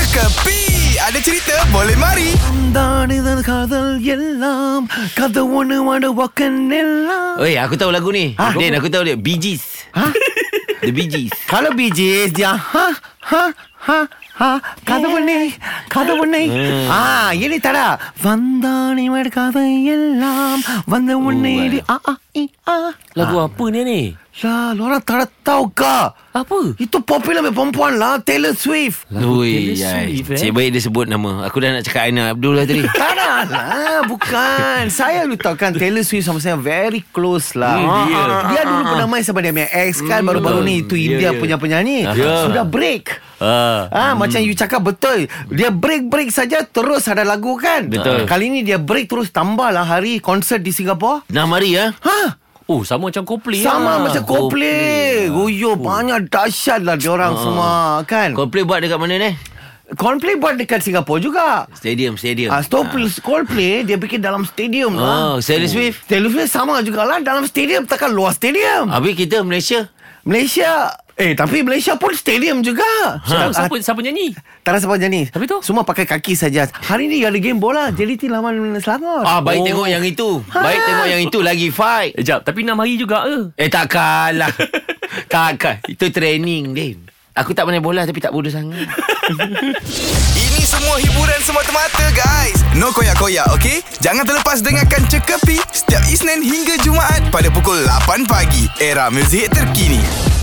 Kepi Ada cerita boleh mari தான் இதன் காதல் எல்லாம் கதை ஒண்ணு வாட வாக்க எல்லாம் Oi, aku tahu lagu ni. Ha? Din, aku tahu dia. Bee Gees. Ha? The Bee Gees. kalau bijis dia ha ha ha ha கதவுனே கதவுனே ஆ எலி தடா வந்தான் இவர் கதை எல்லாம் வந்த உன்னை எலி ஆ ஆ இ ஆ Lagu Ah. apa ni ni? lah lu orang tak tahu ke Apa? itu popular punya perempuan lah Taylor Swift Ui, Taylor ay, Swift, eh? cik baik dia sebut nama. Aku dah nak cakap Aina Abdul lah tadi. Tak dah lah Bukan Saya lu tahu kan Taylor Swift sama saya Very close lah Hmm, dia. dia dulu pernah main sama dia punya ex kan Baru-baru ni Itu Ya, India ya. punya penyanyi Ya. Hmm. Sudah break Ah. Ah, macam you cakap betul. Dia break-break saja terus ada lagu kan? Betul. Kali ni dia break terus tambah lah hari konsert di Singapura. Nah, mari ya. Ha, Oh, sama macam Coldplay sama lah. macam Coldplay. Goyo banyak dahsyat lah Ah, diorang semua kan. Coldplay buat dekat mana ni? Coldplay buat dekat Singapura juga. Stadium, stadium. Ah, stop Coldplay dia bikin dalam stadium lah. Oh, Taylor Swift. Ah. Taylor Swift sama jugalah dalam stadium takkan luar stadium. Habis kita Malaysia. Malaysia Eh tapi Malaysia pun stadium juga Siapa, ha. siapa, siapa nyanyi? Tak rasa apa jenis Tapi tu? Semua pakai kaki saja Hari ni ada game bola JDT lawan Selangor Ah, baik oh. Oh. tengok yang itu. Baik tengok yang itu lagi fight. Eh, jap. Tapi 6 hari juga ke? Eh takkan lah Takkan Itu training Din Aku tak pandai bola Tapi tak bodoh sangat Ini semua hiburan semata-mata guys No koyak-koyak ok Jangan terlepas dengarkan Cekapi Setiap Isnin hingga Jumaat Pada pukul 8 pagi Era muzik terkini